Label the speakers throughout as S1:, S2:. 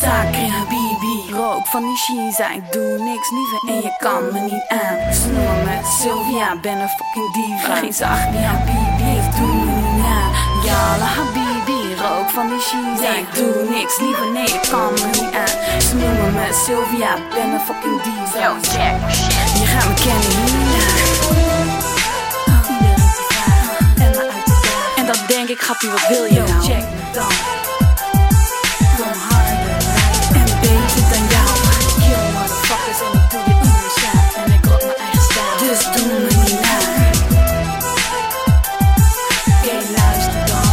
S1: Zaak in Habibi, rook van die Shiza. Ik doe niks liever en je kan me niet aan. Snoer met Sylvia, ben een fucking diva. Geen zacht, die Habibi, ik doe me niet na. Jala Habibi, rook van die Shiza. Ik doe niks liever, nee, je kan me niet aan. Snoer met Sylvia, ben een fucking diva. Yo, check, Je gaat me kennen, hier. En dat denk ik, grappie, wat wil je nou? Check me dan. Kom harder en beter dan jou. Kill motherfuckers en ik doe dit in mijn shine. En ik rock mijn eigen stijl, dus doe me niet na. Oké, luister dan.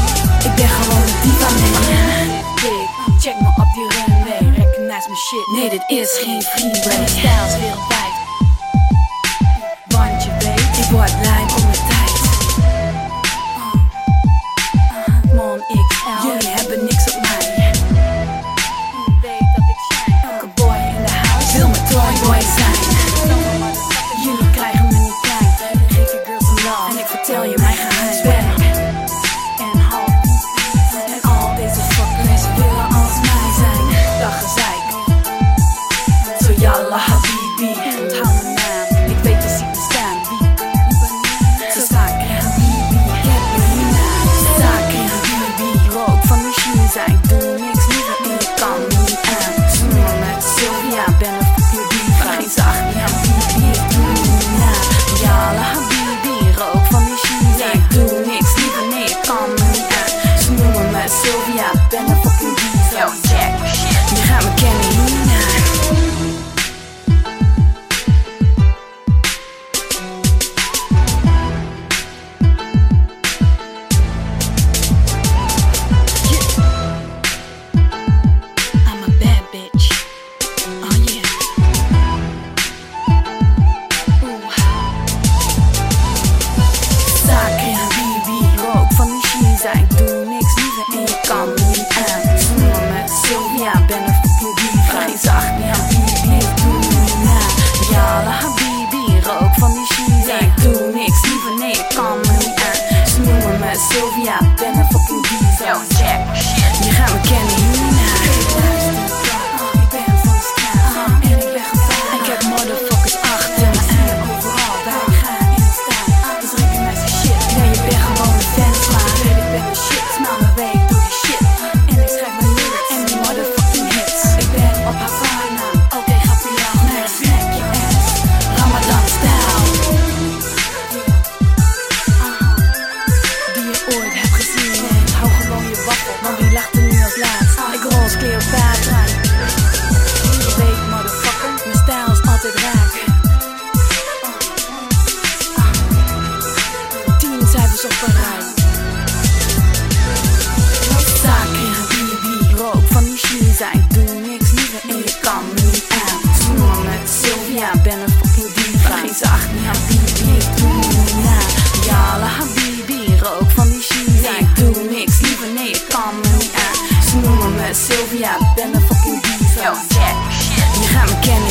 S1: Ik ben gewoon een diva man. Dik, check me op die runway. Recognize mijn shit, nee dit is geen freeway. Stijls wereldwijd. Want je weet, ik word blij om mijn tijd. Uh, Mon XL, jullie hebben niks op mij. Weet dat ik shine. Elke boy in de huis wil mijn toyboy zijn. Jullie krijgen me niet klein. Geef je girls een love en ik vertel je mijn geheim. Zwerk en hal en al deze fuckers willen als mij zijn. Dat gezeik. Zo jalla habibi. Onthoud mijn naam. Ik weet je ziet me staan. Wie? Zo zaak en habibi. Ik heb me hierna. Zaak en habibi. Rook van de Shiza. Ik doe niks liever en je kan me niet aan. Snoer met Sylvia. Ben een fucking diva. Geen zaak en habibi. Ik doe me niet na. Jalla habibi. Rook van de Shiza. Ik doe niks liever. Nee, je kan me niet aan. Snoer met Sylvia. Ben een fucking diva. Yo, check. Je gaat me kennen hierna. I'm a bad bitch. Oh yeah. Oeh. Zaak en Habibi, rook van die Shiza. Ik doe niks liever en je kan me niet aan. Snoer met Sylvia, ben een fucking diva. Geen zacht, die Habibi, ik doe me niet na. Jala Habibi, rook van die Shiza. Ik doe niks liever, nee, je kan me niet aan. Snoer met Sylvia, ben een fucking diva. Yo, check, Je gaat me kennen hierna. Ik ben van de straat en ik ben gevaar. Ik heb motherfuckers achter me aan. Overal waar ik ga in de straat. Dus recognize die shit. Nee, je bent gewoon een fanslaan. Weet ik ben de shit. Smaal mijn week door die shit. En ik schrijf mijn lyrics en die motherfucking hits. Ik ben op Havana. Oké, grappie jou. Nee, snack je ass. Ramadan style. die je ooit hebt gezien. Nee, hou gewoon je waffel, want die lacht er nu als laatst. Ik rol als Cleopatra. Je weet, motherfucker, mijn stijl is altijd raak. Ah. Tien cijfers op een rij. Zaak in Habibi, rook van die Shiza. Ik doe niks liever en je kan me niet aan. Snoer met Sylvia, ben een fucking diva. Geen zacht, niet Habibi, ik doe me niet na. Jala Habibi, rook van die Shiza. Ik doe niks liever, nee, je kan me niet aan. Snoer met Sylvia, ben een fucking diva. Je gaat me kennen